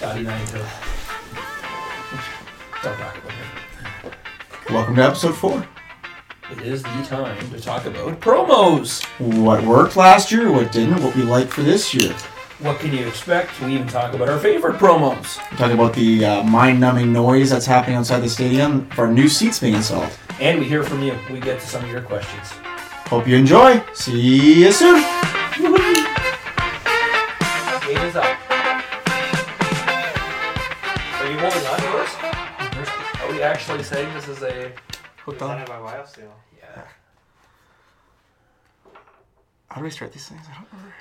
bad night of. Don't talk about it. Welcome to episode four. It is the time to talk about promos. What worked last year, what didn't, what we like for this year. What can you expect? We even talk about our favorite promos We're talking about the uh, mind-numbing noise that's happening outside the stadium for new seats being installed. and we hear from you. We get to some of your questions. Hope you enjoy. See you soon. Game is up. Are you holding on to us? Are we actually saying this is a? Hooked Presented by YFCO. Yeah. How do we start these things? I don't remember.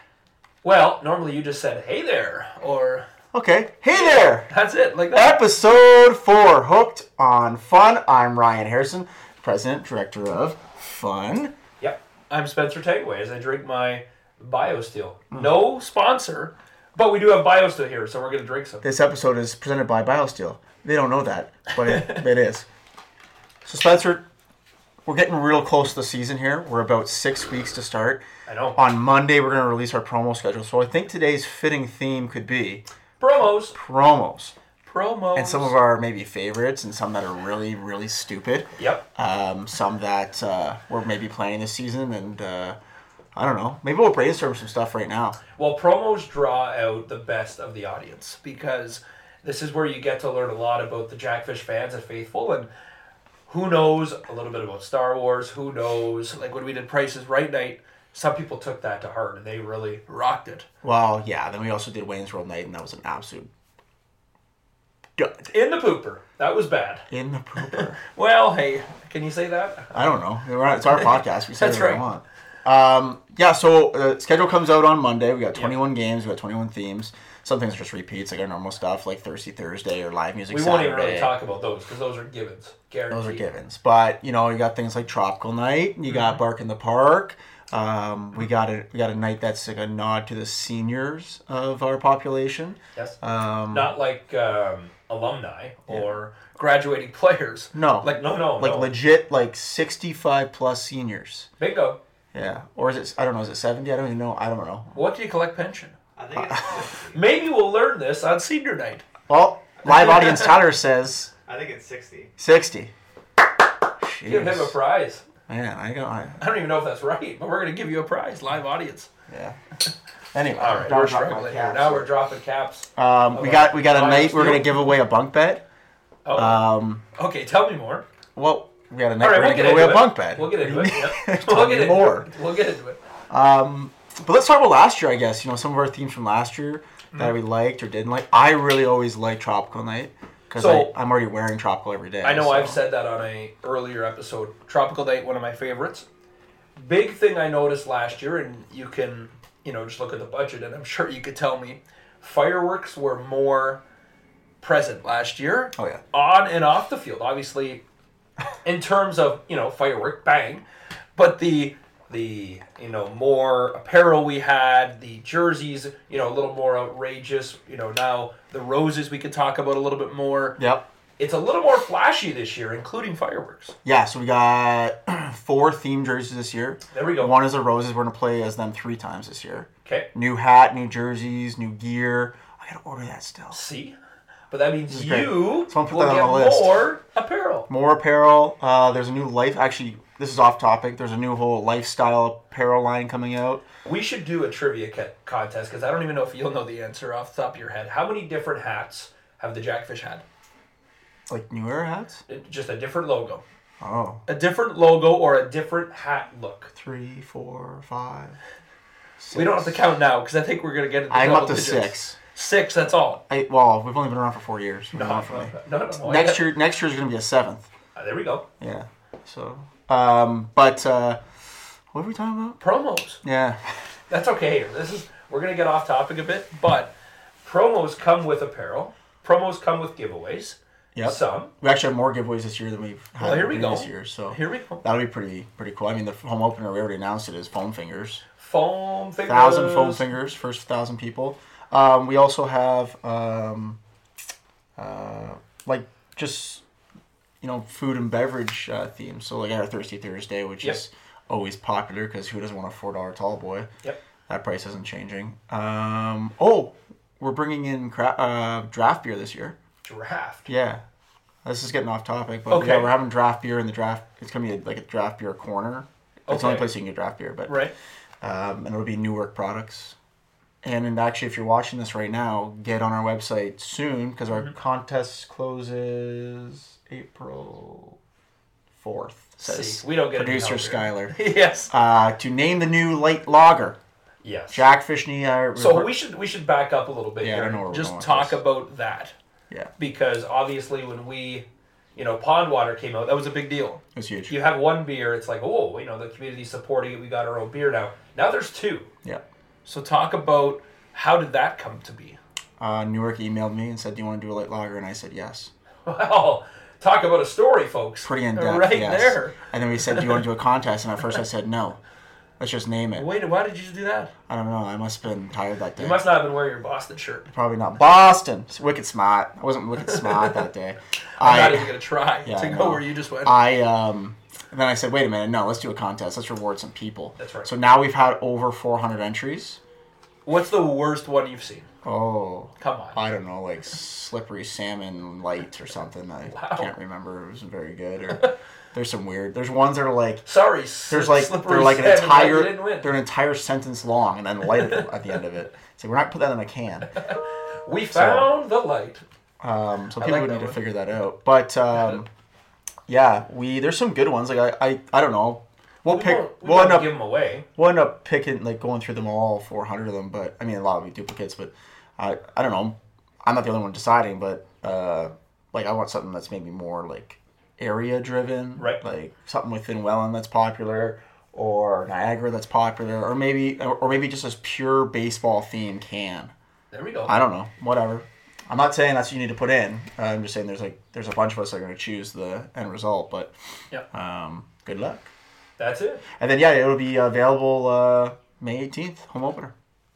Well, normally you just said "Hey there" or Okay. Hey there. that's it, like that. Episode four, hooked on fun. I'm Ryan Harrison, president director of Fun. Yep. I'm Spencer Tagway as I drink my BioSteel. Hmm. No sponsor, but we do have BioSteel here, so we're gonna drink some. This episode is presented by BioSteel. They don't know that, but it, it is. So, Spencer, we're getting real close to the season here. We're about six weeks to start. I know. On Monday, we're going to release our promo schedule. So, I think today's fitting theme could be Promos, promos promos, and some of our maybe favorites and some that are really, really stupid. Yep. Um, some that uh, we're maybe playing this season. And uh, I don't know. Maybe we'll brainstorm some stuff right now. Well, promos draw out the best of the audience because this is where you get to learn a lot about the Jackfish fans at Faithful and who knows a little bit about Star Wars, who knows, like when we did Prices Right Night, some people took that to heart and they really rocked it. Well, yeah. Then we also did Wayne's World Night, and that was an absolute. dud In the pooper. That was bad. In the pooper. Well, hey, can you say that? I don't know. We're not- It's our podcast. We say That's whatever right. we want. Um, yeah, so uh, schedule comes out on Monday. We got 21 games. We got 21 themes. Some things are just repeats, like our normal stuff, like Thirsty Thursday or live music. We won't even Saturday. really talk about those because those are givens. Guaranteed. Those are givens. But you know, you got things like Tropical Night. You Mm-hmm. got Bark in the Park. Um, we got a we got a night that's like a nod to the seniors of our population. Yes. Um, Not like um, alumni or graduating players. No. Like, no, no. like Oh, no. legit, like 65 plus seniors. Bingo. Yeah, or is it? I don't know. Is it 70? I don't even know. I don't know. What do you collect pension? I think it's Maybe we'll learn this on senior night. Well, Oh, live audience Tyler says I think it's sixty. 60. Give him a Jeez. prize. Man, I don't. I, I don't even know if that's right, but we're going to give you a prize, live audience. yeah. Anyway, All right, now we're drop my struggling here. caps. Now we're dropping caps. Um, we got we got a night. We're gonna give away a bunk bed. Oh, Um, okay, tell me more. well, we got a night. All right, we're we'll gonna get give away into a it. bunk bed. We'll get into it. yeah. Tell we'll me get into more. it. We'll get into it. Um, but let's talk about last year, I guess. You know, some of our themes from last year Mm. that we liked or didn't like. I really always like tropical night because So- I'm already wearing tropical every day. I know so. I've said that on a earlier episode. Tropical Night, one of my favorites. Big thing I noticed last year, and you can, you know, just look at the budget, and I'm sure you could tell me, fireworks were more present last year. Oh, yeah. On and off the field, obviously, in terms of you know firework bang, but the the you know more apparel we had, the jerseys, you know, a little more outrageous. You know, now the roses we could talk about a little bit more Yep. it's a little more flashy this year, including fireworks. Yeah, so we got four theme jerseys this year. There we go. One is the roses. We're gonna play as them three times this year. Okay. New hat, new jerseys, new gear. I gotta order that still. See? But that means is great. you Someone put will that on get the list. more apparel. More apparel. Uh, there's a new life. Actually, this is off topic. There's a new whole lifestyle apparel line coming out. We should do a trivia ca- contest because I don't even know if you'll know the answer off the top of your head. How many different hats have the Jackfish had? Like new era hats. It- Just a different logo. Oh, A different logo or a different hat look. three, four, five. Six. We don't have to count now because I think we're going to get it. I'm up to digits. six. Six, that's all. I, well, we've only been around for four years. We've been No, around for me. no, no, no, I Next got- year, next year's gonna be a seventh. Uh, there we go. Yeah. So, um, but uh, what were we talking about? Promos. Yeah. That's okay. This is we're gonna get off topic a bit, but promos come with apparel. Promos come with giveaways. Yep. Some. We actually have more giveaways this year than we've had Well, Oh, here we previous go. year, so Here we go. that'll be pretty pretty cool. I mean, the home opener we already announced it is foam fingers, Foam fingers. thousand foam fingers, first thousand people. Um, we also have um, uh, like just you know food and beverage uh, themes. So like our Thirsty Thursday, which Yep. is always popular because who doesn't want a four dollar tall boy? Yep. That price isn't changing. Um, oh, we're bringing in cra- uh, draft beer this year. Draft. Yeah, this is getting off topic, but Okay. yeah, we're having draft beer in the draft. It's gonna be like a draft beer corner. It's the only Okay. place you can get draft beer, but Right. um, and it'll be Newark products. And, and actually, if you're watching this right now, get on our website soon because our Mm-hmm. contest closes April fourth. Says See, we don't get any producer help Skyler yes. uh, to name the new light lager. Yes. Jack Fishney. Uh, so report- we should we should back up a little bit Yeah, I here. don't know where we're Just going with talk this. about that yeah, because obviously when we, you know, Pond Water came out, that was a big deal. it's huge. You have one beer, it's like, oh, you know, the community's supporting it. We got our own beer now. Now there's two. Yeah. So talk about how did that come to be? Uh, Newark emailed me and said, "Do you want to do a light lager?" And I said, "Yes." Well, talk about a story, folks. Pretty in depth. Right yes. there. And then we said, "Do you want to do a contest?" And at first I said, "No." Let's just name it. Wait, why did you do that? I don't know. I must have been tired that day. You must not have been wearing your Boston shirt. Probably not. Boston. It's wicked smart. I wasn't wicked smart that day. I'm not even I, gonna try Yeah, to I go know. where you just went. I, um, and then I said, wait a minute, no, let's do a contest. Let's reward some people. That's right. So now we've had over 400 entries. What's the worst one you've seen? Oh, Come on. I don't know, like slippery salmon light or something. I Wow. can't remember. It wasn't very good. Or there's some weird. There's ones that are like Sorry, s- there's like slippery they're like an salmon, but you entire didn't win. they're an entire sentence long and then light at the, at the end of it. So we're not putting that in a can. We found the light. Um, so people like would that need to one. figure that out. But um, yeah, we there's some good ones. Like I, I, I don't know. We'll We pick. won't, we we'll won't end up. give them away. We'll end up picking like going through them all, 400 of them. But I mean, a lot will be duplicates. But I, I don't know. I'm not the only one deciding. But uh, like I want something that's maybe more like area driven. Right. Like something within Welland that's popular. Or Niagara that's popular, or maybe, or maybe just this pure baseball theme can. There we go. I don't know. Whatever. I'm not saying that's what you need to put in. Uh, I'm just saying there's like there's a bunch of us that are going to choose the end result. But Yeah. um, good luck. That's it. And then yeah, it'll be available uh, May 18th, home opener.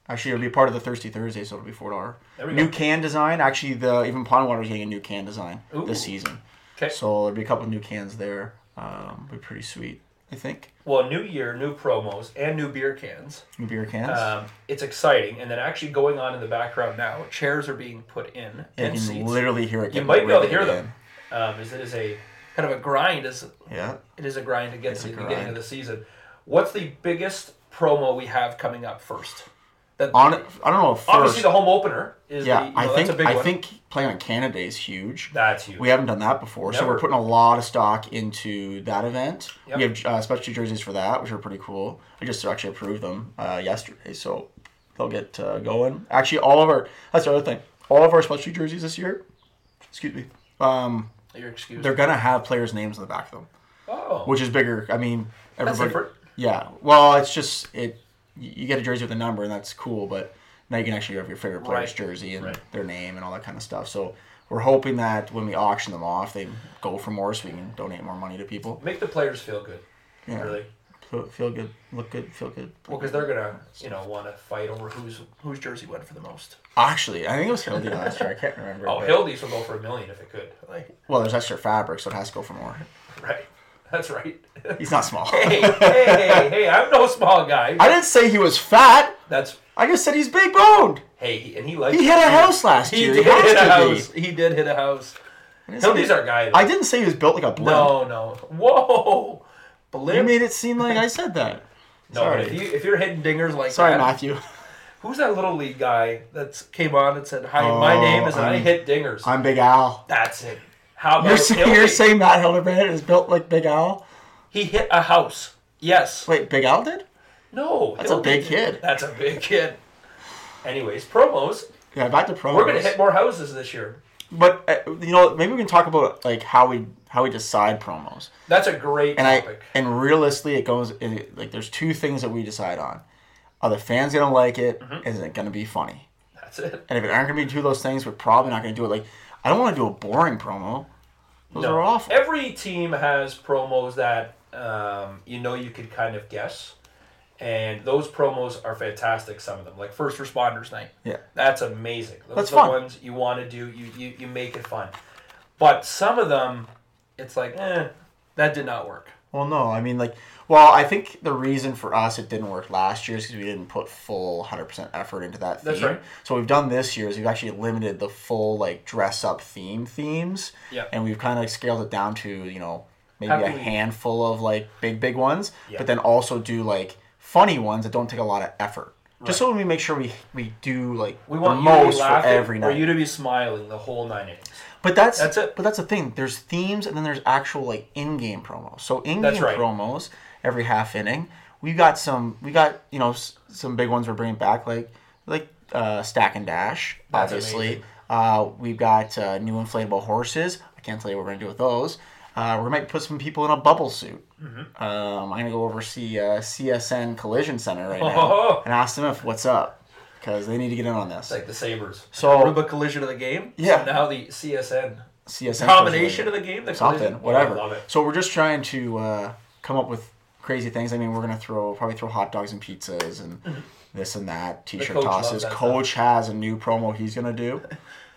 Actually, it'll be part of the Thirsty Thursday, so it'll be four dollar. There we New go. can design. Actually, the even Pond Water's getting a new can design Ooh. this season. 'Kay. So there'll be a couple new cans there. Um, be pretty sweet, I think. Well, new year, new promos, and new beer cans. New beer cans. Um, it's exciting. And then actually going on in the background now, chairs are being put in you and can seats. literally hear it. You getting might be able to hear riveted them. Um, is it is a kind of a grind. Is in. Yeah. it is a grind to get It's to a the beginning grind. of the season. What's the biggest promo we have coming up first? That On. I don't know. if First, obviously the home opener is Yeah, the, you know, I that's think a big I one. think playing on Canada Day is huge. that's huge. We haven't done that before, so Never. we're putting a lot of stock into that event. We Yep. have uh, specialty jerseys for that, which are pretty cool. I just actually approved them uh, yesterday, so they'll get uh, going. Actually, all of our that's the other thing. All of our specialty jerseys this year, excuse me, um, Your excuse. they're gonna have players' names on the back of them, Oh, which is bigger. I mean, that's everybody. different. Yeah. Well, it's just it. You get a jersey with a number, and that's cool. But now you can actually have your favorite player's Right. jersey and Right. their name and all that kind of stuff. So we're hoping that when we auction them off, they go for more, so we can donate more money to people. Make the players feel good. Yeah. Really. Feel, feel good, look good, feel good. Well, because they're gonna, you know, want to fight over whose whose jersey went for the most. Actually, I think it was Hildy last year. I can't remember. Oh, but- Hildy's will go for a million if it could. Like, Well, there's extra fabric, so it has to go for more. right? That's right. He's not small. hey, hey, hey! I'm no small guy. I didn't say he was fat. That's I just said he's big boned. hey, he- and he likes. He hit a house last He year. did has hit a to be. house. He did hit a house. I didn't say Hildy's he- our guy. Though. I didn't say he was built like a blimp. No, no. Whoa, You blimp. made it seem like I said that. no, but if, you, if you're hitting dingers like Sorry, that, Matthew. who's that little league guy that came on and said, "Hi, my name is I Oh, I'm- hit dingers." I'm Big Al. That's it. How about You're, saying- Hildy? you're saying Matt Hildebrand is built like Big Al? he hit a house? Yes. Wait, Big Al did? No. That's a Hildy big did. hit. That's a big hit. Anyways, promos. Yeah, back to promos. We're gonna hit more houses this year. But uh, you know, maybe we can talk about like how we how we decide promos. That's a great And I topic. and realistically, it goes it, like there's two things that we decide on: are the fans gonna like it? Mm-hmm. Is it gonna be funny? That's it. And if it aren't gonna be two of those things, we're probably not gonna do it. Like, I don't want to do a boring promo. Those No. are awful. Every team has promos that um, you know you could kind of guess, and those promos are fantastic. Some of them, like first responders night, Yeah. that's amazing. Those That's are the fun. ones you want to do. You, you you make it fun, but some of them, it's like, eh, that did not work. Well, no, I mean like, well, I think the reason for us it didn't work last year is because we didn't put full hundred percent effort into that theme. That's right. So what we've done this year is we've actually limited the full like dress up theme themes. Yeah. And we've kind of like, scaled it down to you know maybe How a can we- handful of like big big ones, Yeah. but then also do like funny ones that don't take a lot of effort. Just so we make sure we we do like We want the you most to be for laughing every or night. you to be smiling the whole nine innings. But that's That's it. But that's the thing. There's themes, and then there's actual like in-game promos. So in-game That's right. promos every half inning. We got some. We got you know s- some big ones we're bringing back, like like uh, Stack and Dash, That's obviously. amazing. Uh, we've got uh, new inflatable horses. I can't tell you what we're gonna do with those. Uh, we might put some people in a bubble suit. Mm-hmm. Um, I'm gonna go over see uh, CSN Collision Center right now Oh. and ask them if what's up because they need to get in on this. It's like the Sabers. So- Aruba collision of the game. Yeah. So now the CSN CSN combination Collision. of the game. The something, collision. whatever. I love it. So we're just trying to uh, come up with crazy things. I mean, we're gonna throw probably throw hot dogs and pizzas and this and that, t-shirt Mm-hmm. coach loves tosses. that Coach has a new promo he's gonna do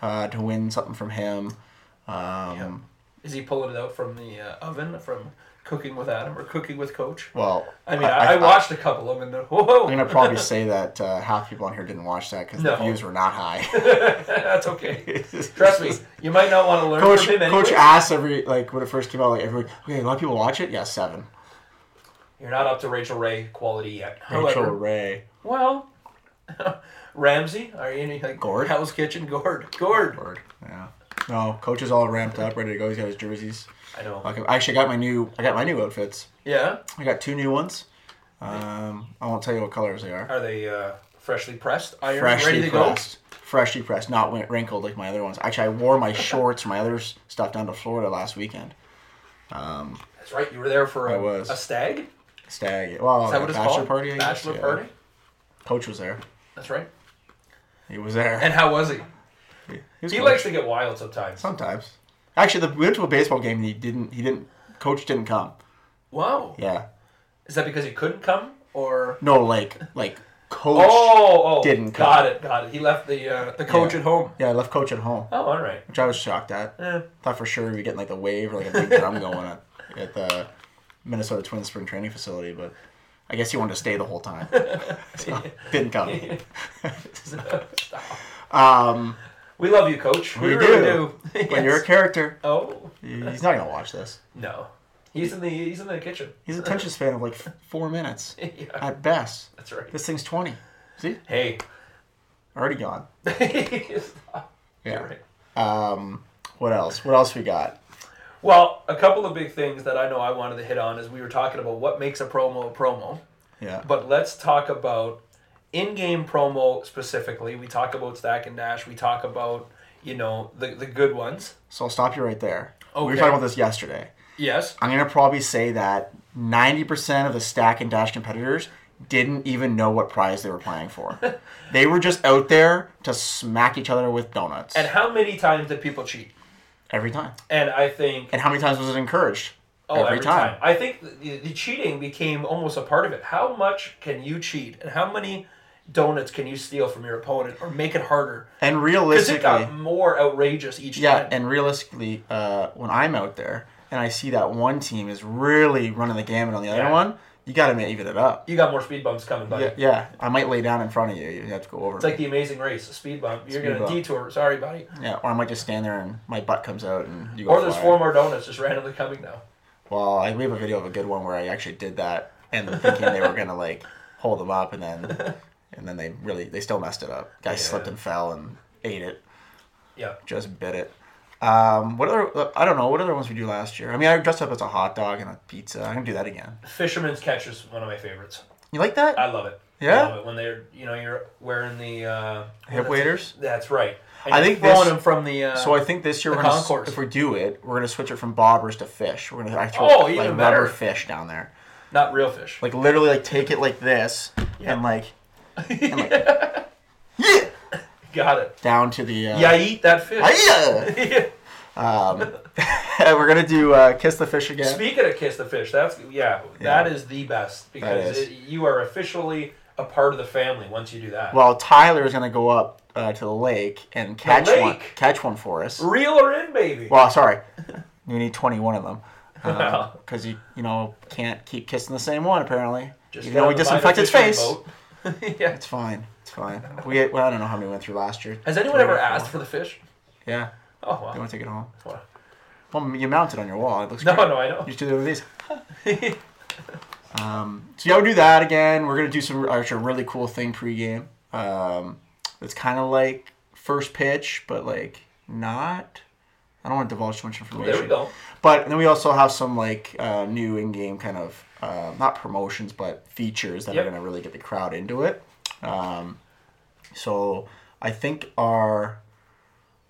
uh, to win something from him. Um, Is he pulling it out from the uh, oven from Cooking with Adam or Cooking with Coach? Well, I mean, I, I, watched a couple of them and they're- whoa, I'm gonna probably say that uh, half people on here didn't watch that because No. the views were not high. that's okay. Trust me, you might not want to learn Coach, from him anyway. Coach asked every like when it first came out, like everyone, okay, a lot of people watch it. Yeah, seven. You're not up to Rachel Ray quality yet. Rachel However, Ray. well, Ramsey, are you any like Gord? Hell's Kitchen? Gord, Gord. Word. Yeah. No, coach is all ramped up, ready to go. He's got his jerseys. I know. Like, I actually got my new. I got my new outfits. Yeah, I got two new ones. Um, I won't tell you what colors they are. are they uh, freshly pressed, ironed, Freshly ready to pressed. Freshly pressed, not win- wrinkled like my other ones. Actually, I wore my shorts, my other s- stuff down to Florida last weekend. go? That's right. You were there for I a, was. a stag. Stag. Well, Is that what it's bachelor called? party. I guess, Bachelor yeah. party. Coach was there. That's right. He was there. And how was he? he was He coach. likes to get wild sometimes. sometimes. Actually, the we went to a baseball game. And he didn't. He didn't. Coach didn't come. Wow. Yeah. Is that because he couldn't come or? No, like like coach. Oh, oh, didn't come. got it, got it. He left the uh, the coach Yeah. at home. Yeah, I left coach at home. Oh, all right. which I was shocked at. Eh. Thought for sure we'd be getting like a wave or like a big drum going at, at the Minnesota Twins spring training facility, but I guess he wanted to stay the whole time. So, didn't come. um, We love you, coach. We, We really do. do. But you're a character. Oh He's not gonna watch this. no, he's in the he's in the kitchen. His attention span of like f- four minutes yeah, at best. that's right. This thing's twenty. See, Hey, already gone. Yeah. You're right. Um, what else? What else we got? Well, a couple of big things that I know I wanted to hit on is we were talking about what makes a promo a promo, Yeah. but let's talk about in-game promo specifically. We talk about stack and dash. We talk about you know the the good ones. So I'll stop you right there. We were Okay. talking about this yesterday. Yes. I'm gonna probably say that 90% of the stack and dash competitors didn't even know what prize they were playing for. they were just out there to smack each other with donuts And how many times did people cheat? every time. And I think And how many times was it encouraged? Oh, every, time. I think the, the cheating became almost a part of it. How much can you cheat, and how many donuts can you steal from your opponent, or make it harder? And Because it realistically, got more outrageous each yeah. time. And realistically, uh, when I'm out there and I see that one team is really running the gamut on the other Yeah. one, you gotta ma- even it up. You got more speed bumps coming, buddy. Yeah, yeah, I might lay down in front of you. You have to go over. It's like the Amazing Race, a speed bump. You're Speed gonna bump. detour. Sorry, buddy. yeah, or I might just stand there and my butt comes out and you go. Or there's flying. four more donuts just randomly coming now. Well, I, we have a video of a good one where I actually did that and thinking they were gonna like hold them up, and then and then they really they still messed it up. Guy slipped and fell and ate it, Yeah. just bit it. Um, what other I don't know what other ones we do last year. I mean, I dressed up as a hot dog and a pizza. I'm gonna do that again. Fisherman's Catch is one of my favorites. You like that? I love it. Yeah? I love it when they're you know you're wearing the uh, Hip waders? That's right. And I you're think throwing this- them from the. Uh, so I think this year The we're gonna, s- concourse. if we do it, we're gonna switch it from bobbers to fish. We're gonna I throw Oh, like even rubber better. fish down there, not real fish. like literally like take it like this Yeah. and like, and, like yeah Got it. down to the uh, Yeah, eat that fish. yeah. Um, we're gonna do uh, kiss the fish again. Speaking of kiss the fish, that's yeah, that is the best because is. it, you are officially a part of the family once you do that. well, Tyler is gonna go up uh, to the lake and catch one, lake? catch one for us. Reel her in, baby. Well, sorry, we need twenty-one of them. Wow. because you you know can't keep kissing the same one apparently. Just Even though we gotta buy disinfect the its fishing face, boat. yeah. it's fine. It's fine. We well, I don't know how many went through last year. Has anyone Three or ever four. asked for the fish? Yeah, Oh they wow. want to take it home. Wow. Well, you mount it on your wall. It looks No, great. no, I know. You just do it with these. Um, so yeah, we'll do that again. We're gonna do some actually a really cool thing pregame. Um, it's kind of like first pitch, but like not. I don't want to divulge too much information. there we go. But then we also have some like uh, new in-game kind of uh, not promotions, but features that Yep. are going to really get the crowd into it. Um, so I think our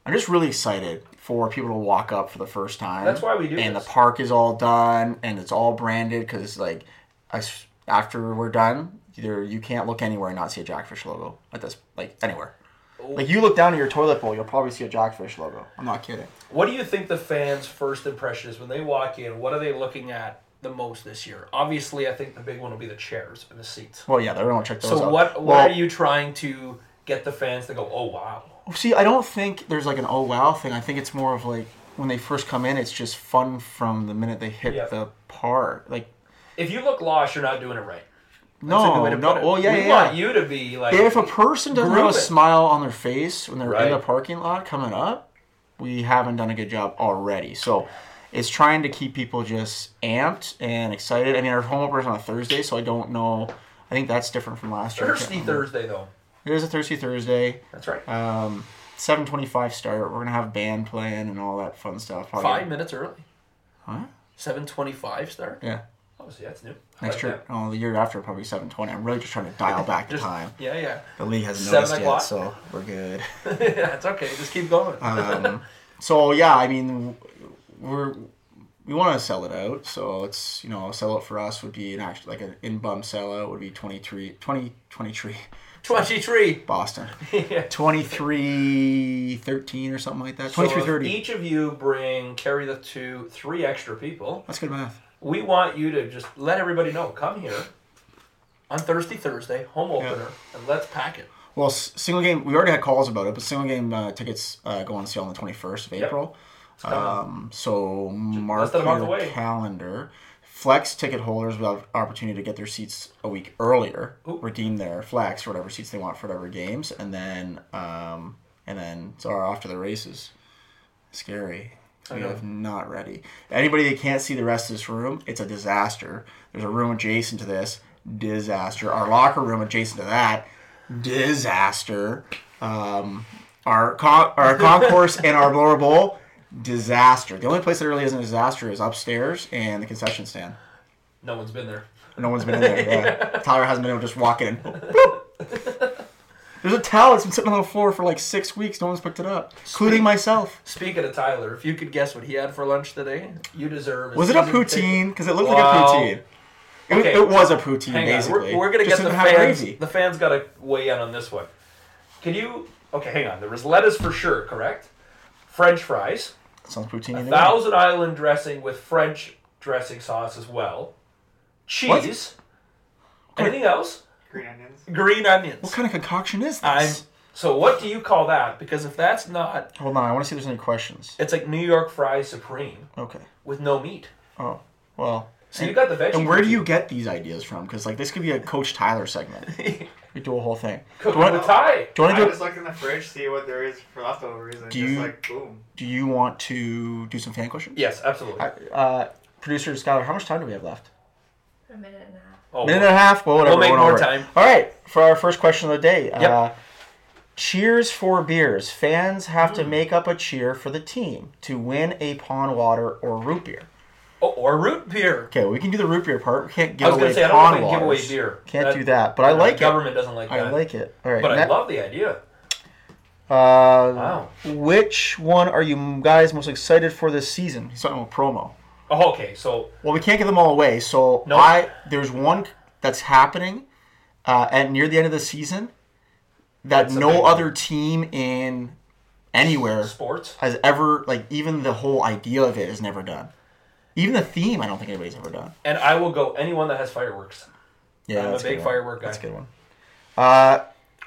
I'm just really excited for people to walk up for the first time. That's why we do And this. the park is all done, and it's all branded because like I s after we're done, either you can't look anywhere and not see a Jackfish logo at this like anywhere. Like you look down at your toilet bowl, you'll probably see a Jackfish logo. I'm not kidding. What do you think the fans' first impression is when they walk in? What are they looking at the most this year? Obviously, I think the big one will be the chairs and the seats. Well, yeah, they're going to check those out. So what what Well, are you trying to get the fans to go? Oh wow, See, I don't think there's like an oh wow thing. I think it's more of like when they first come in, it's just fun from the minute they hit Yeah. the park. Like if you look lost, you're not doing it right. That's a good no, way to no, put it. well, yeah, we yeah. want yeah. you to be like if a person doesn't have Groove a it. smile on their face when they're Right. in the parking lot coming up, we haven't done a good job already. So it's trying to keep people just amped and excited. I mean, our home opener's on a Thursday, so I don't know. I think that's different from last year. I can't thirsty remember. Thursday though. It is a Thirsty Thursday. That's right. Um, 7:25 start. We're gonna have band playing and all that fun stuff. Probably- Five minutes early. Huh? Seven twenty-five start. Yeah. Oh, see, that's new. I Next like year. that. Oh, the year after, probably 7:20. I'm really just trying to dial back the Just- time. Yeah, yeah. The league hasn't Seven noticed o'clock? yet, so we're good. That's okay. Just keep going. Um, so yeah, I mean, we're we want to sell it out. So it's you know, a sellout for us would be an actual like an in bum sellout would be 23, 20, 23 Twenty-three. Boston, yeah. 23, 13 or something like that. So if 23, 30. Each of you bring carry the two, three extra people. That's good math. We want you to just let everybody know. Come here on Thursday, Thursday, home opener, and let's pack it. Well, s- single game. We already had calls about it, but single game uh, tickets uh, go on sale on the twenty first of Yep. April. It's coming up. Um, so mark than a month your away. calendar. Flex ticket holders will have opportunity to get their seats a week earlier, Ooh. redeem their flex for whatever seats they want for whatever games, and then um, and then so are off to the races. Scary. I We know. have not ready. Anybody that can't see the rest of this room, it's a disaster. There's a room adjacent to this, disaster. Our locker room adjacent to that, disaster. Um, our con- our concourse and our lower bowl, disaster. The only place that really isn't a disaster is upstairs and the concession stand. No one's been there. No one's been in there. Yeah. Tyler hasn't been able to just walk in. And, bloop. There's a towel that's been sitting on the floor for like six weeks. No one's picked it up, including myself. Speaking of Tyler, if you could guess what he had for lunch today, you deserve. Was it a season ticket. poutine? Because it looked Wow. like a poutine. It, Okay. it was a poutine, Hang on, basically. we're, we're gonna Just get the didn't have fans. gravy. The fans gotta weigh in on this one. Can you? Okay, hang on. There was lettuce for sure, correct? French fries, Sounds poutine. Thousand Island dressing with French dressing sauce as well, cheese. Anything else? Green onions. Green onions. What kind of concoction is I'm, this? so what do you call that? Because if that's not, Hold on, I want to see if there's any questions. it's like New York fries supreme Okay. with no meat. Oh, well. So you got the veggie. And where do you get these ideas from? Because like this could be a Coach Tyler segment. you We do a whole thing. Do cook you with want, Thai? do you want I to do? just look in the fridge, see what there is for leftovers, and Do just you- like boom. Do you want to do some fan questions? Yes, absolutely. I- Uh, producer Skylar, how much time do we have left? A minute and a half. oh, Minute and a half. Well, whatever. We'll make went more over it. time. All right, for our first question of the day. Yep. Uh, cheers for beers. Fans have Hmm. to make up a cheer for the team to win a pond water or root beer. oh, or root beer. Okay, we can do the root beer part. We can't give I was away gonna say I pond don't know if I can give away waters. beer. Can't do that, but I like it. Government doesn't like I that. like it. All right. but I ne- love the idea. uh, Wow. Which one are you guys most excited for this season? He's talking about promo. Oh, okay, so Well, we can't give them all away. So No. I there's one that's happening uh, at near the end of the season that That's a big no one. other team in anywhere sports. has ever like even the whole idea of it is never done. Even the theme, I don't think anybody's ever done. And I will go anyone that has fireworks. Yeah, I'm a that's big good one. firework guy. That's a good one. Uh,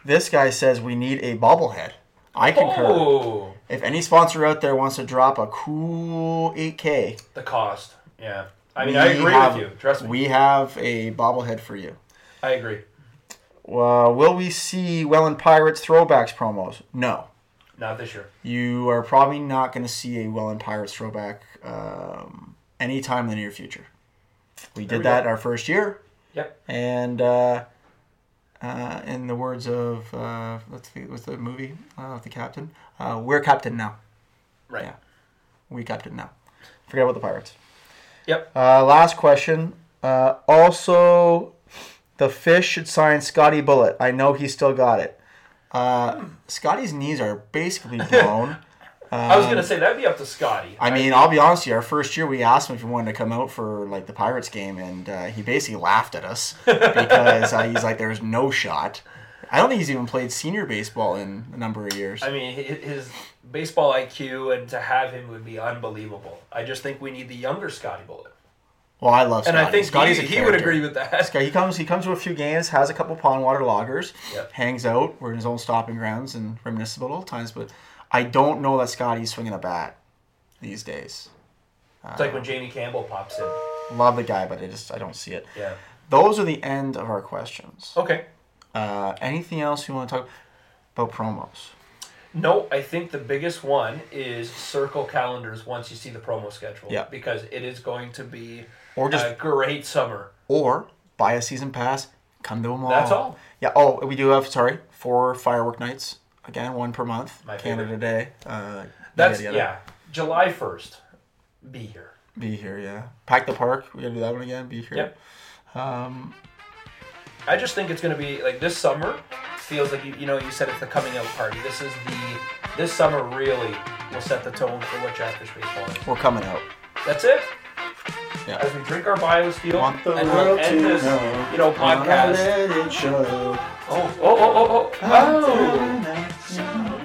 this guy says we need a bobblehead. I concur. Oh, If any sponsor out there wants to drop a cool 8K, the cost. Yeah. I mean, We I agree have- with you. Trust me. We have a bobblehead for you. I agree. Uh, will we see Welland Pirates throwbacks promos? No. Not this year. You are probably not going to see a Welland Pirates throwback um, anytime in the near future. We There did we that go. our first year. Yep. And uh, uh, in the words of, uh, let's see, what's the movie uh, with the captain? Uh, we're captain now. Right. Yeah. We captain now. Forget about the Pirates. Yep. Uh, last question. Uh, also, the fish should sign Scotty Bullet. I know he still got it. Uh, Scotty's knees are basically blown. I was gonna say that'd be up to Scotty. Um, I mean, I'll be honest with you. Our first year, we asked him if he wanted to come out for like the Pirates game, and uh, he basically laughed at us because uh, he's like, "There's no shot." I don't think he's even played senior baseball in a number of years. I mean, hi- his baseball IQ and to have him would be unbelievable. I just think we need the younger Scotty Bullet, Well, I love and Scotty. I think Scotty's he, a he would character. agree with that. He comes. He comes to a few games, has a couple pond water loggers, Yep. hangs out. We're in his own stopping grounds and reminisces about old times. But I don't know that Scotty's swinging a bat these days. It's like when Jamie Campbell pops in. Love the guy, but I just I don't see it. Yeah. Those are the end of our questions. Okay. Uh, anything else you want to talk about promos? No, I think the biggest one is circle calendars once you see the promo schedule. Yeah. Because it is going to be Or just- a great summer. Or buy a season pass, come to them all. That's all. Yeah. Oh, we do have sorry four firework nights again, one per month. My Canada favorite. Day. Uh, That's yada, yada. yeah. July first, be here. Be here, yeah. Pack the park. We gotta do that one again. Be here. Yep. Um, I just think it's gonna be like this summer feels like you, you know you said it's the coming out party. This is the this summer really will set the tone for what Jackfish baseball is. we're coming out. That's it. Yeah. As we drink our biofuel Want the and we'll world end to this, know. you know, Wanna podcast. let it show. Oh, oh, oh, oh, oh.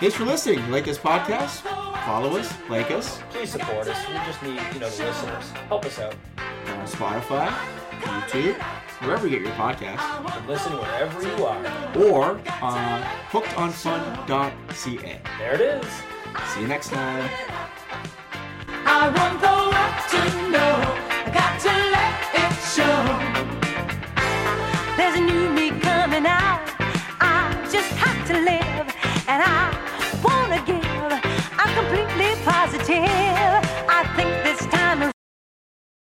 Thanks for listening. You like this podcast? Follow us, like us oh. Please support us. We just need you know the listeners. Help us out. on Spotify, YouTube, wherever you get your podcast, And listen wherever you are. or uh, on hookedonfun.ca. There it is. See you next time. I want the world to know. I got to let it show. There's a new me coming out. I just have to let